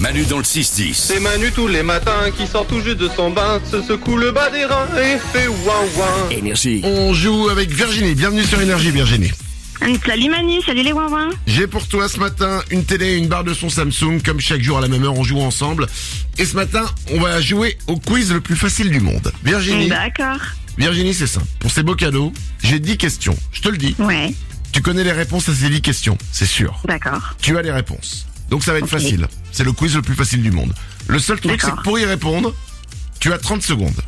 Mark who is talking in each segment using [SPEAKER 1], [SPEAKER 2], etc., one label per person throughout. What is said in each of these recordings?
[SPEAKER 1] Manu dans le 6-10.
[SPEAKER 2] C'est Manu tous les matins qui sort tout juste de son bain, se secoue le bas des reins et fait ouin ouin.
[SPEAKER 1] Énergie.
[SPEAKER 3] On joue avec Virginie. Bienvenue sur Énergie, Virginie.
[SPEAKER 4] Hum, Salut Manu, salut les Wawins.
[SPEAKER 3] J'ai pour toi ce matin une télé et une barre de son Samsung. Comme chaque jour à la même heure, on joue ensemble. Et ce matin, on va jouer au quiz le plus facile du monde. Virginie,
[SPEAKER 4] D'accord.
[SPEAKER 3] Virginie, c'est simple. Pour ces beaux cadeaux, j'ai 10 questions. Je te le dis.
[SPEAKER 4] Ouais,
[SPEAKER 3] Tu connais les réponses à ces 10 questions, c'est sûr.
[SPEAKER 4] d'accord.
[SPEAKER 3] Tu as les réponses. Donc ça va être
[SPEAKER 4] Ok.
[SPEAKER 3] facile. C'est le quiz le plus facile du monde. Le seul truc, c'est
[SPEAKER 4] D'accord.
[SPEAKER 3] que pour y répondre, tu as 30 secondes.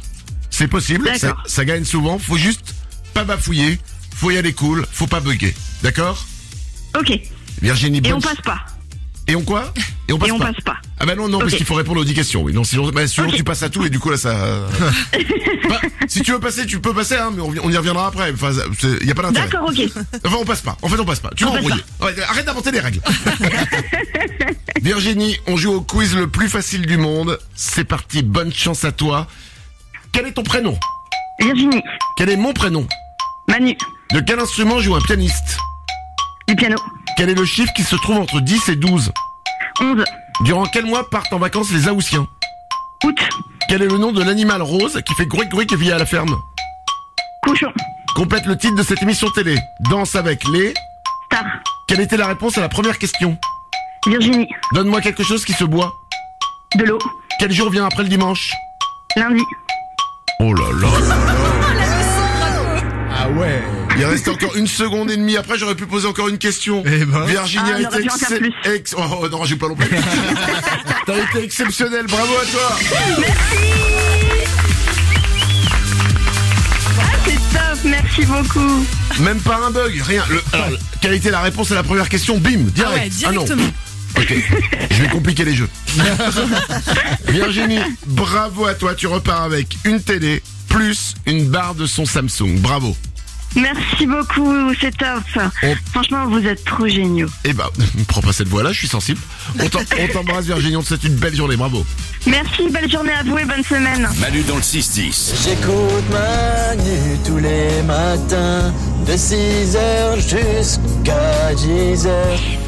[SPEAKER 3] C'est possible, ça,
[SPEAKER 4] D'accord.
[SPEAKER 3] ça gagne souvent. Faut juste pas bafouiller, faut y aller cool, faut pas bugger. D'accord
[SPEAKER 4] Ok.
[SPEAKER 3] Virginie,
[SPEAKER 4] Et
[SPEAKER 3] bonne-
[SPEAKER 4] on passe pas.
[SPEAKER 3] Et on quoi Et on passe
[SPEAKER 4] Et on
[SPEAKER 3] pas.
[SPEAKER 4] passe pas.
[SPEAKER 3] Ah bah non, non, parce
[SPEAKER 4] Ok.
[SPEAKER 3] qu'il faut répondre aux 10 questions. Oui, non, sinon, bah, sinon
[SPEAKER 4] Ok.
[SPEAKER 3] tu passes à tout et du coup là ça... euh, Bah, si tu veux passer, tu peux passer, hein, mais on, on y reviendra après. Enfin, il y a pas d'intérêt.
[SPEAKER 4] D'accord, ok.
[SPEAKER 3] Enfin, on passe pas. En fait, on passe pas. Tu
[SPEAKER 4] On
[SPEAKER 3] vas
[SPEAKER 4] passe
[SPEAKER 3] embrouiller. Ouais, arrête d'inventer des règles. Virginie, on joue au quiz le plus facile du monde. C'est parti. Bonne chance à toi. Quel est ton prénom
[SPEAKER 4] Virginie,
[SPEAKER 3] Quel est mon prénom
[SPEAKER 4] Manu,
[SPEAKER 3] De quel instrument joue un pianiste
[SPEAKER 4] du piano.
[SPEAKER 3] Quel est le chiffre qui se trouve entre 10 et 12
[SPEAKER 4] 11,
[SPEAKER 3] Durant quel mois partent en vacances les Aoussiens
[SPEAKER 4] août,
[SPEAKER 3] Quel est le nom de l'animal rose qui fait grouic grouic et vit à la ferme
[SPEAKER 4] cochon,
[SPEAKER 3] Complète le titre de cette émission télé. Danse avec les...
[SPEAKER 4] star.
[SPEAKER 3] Quelle était la réponse à la première question
[SPEAKER 4] Virginie,
[SPEAKER 3] Donne-moi quelque chose qui se boit.
[SPEAKER 4] de l'eau,
[SPEAKER 3] Quel jour vient après le dimanche
[SPEAKER 4] lundi.
[SPEAKER 3] Oh là là Ah ouais Il reste encore une seconde et demie, après j'aurais pu poser encore une question.
[SPEAKER 5] Eh ben.
[SPEAKER 3] Virginie
[SPEAKER 4] Ah,
[SPEAKER 3] a
[SPEAKER 4] on aurait
[SPEAKER 3] été
[SPEAKER 4] dû en faire plus.
[SPEAKER 3] ex- Oh oh, non, j'ai pas non plus. T'as été exceptionnel, bravo à toi
[SPEAKER 4] Ah, c'est top, merci beaucoup.
[SPEAKER 3] Même pas un bug, rien. Le, alors, quelle était la réponse à la première question Bim, direct.
[SPEAKER 5] Ah ouais,
[SPEAKER 3] non.
[SPEAKER 5] directement.
[SPEAKER 3] Ok, je vais compliquer les jeux. Virginie, bravo à toi, tu repars avec une télé plus une barre de son Samsung. Bravo.
[SPEAKER 4] Merci beaucoup, c'est top.
[SPEAKER 3] On-
[SPEAKER 4] Franchement, vous êtes trop géniaux.
[SPEAKER 3] Eh ben, ne prends pas cette voix-là, je suis sensible. On t'en- on t'embrasse Virginie, on te souhaite une belle journée, bravo.
[SPEAKER 4] Merci, belle journée à vous et bonne semaine.
[SPEAKER 1] Manu dans le 6-10.
[SPEAKER 6] J'écoute Manu tous les matins de 6h jusqu'à 10h.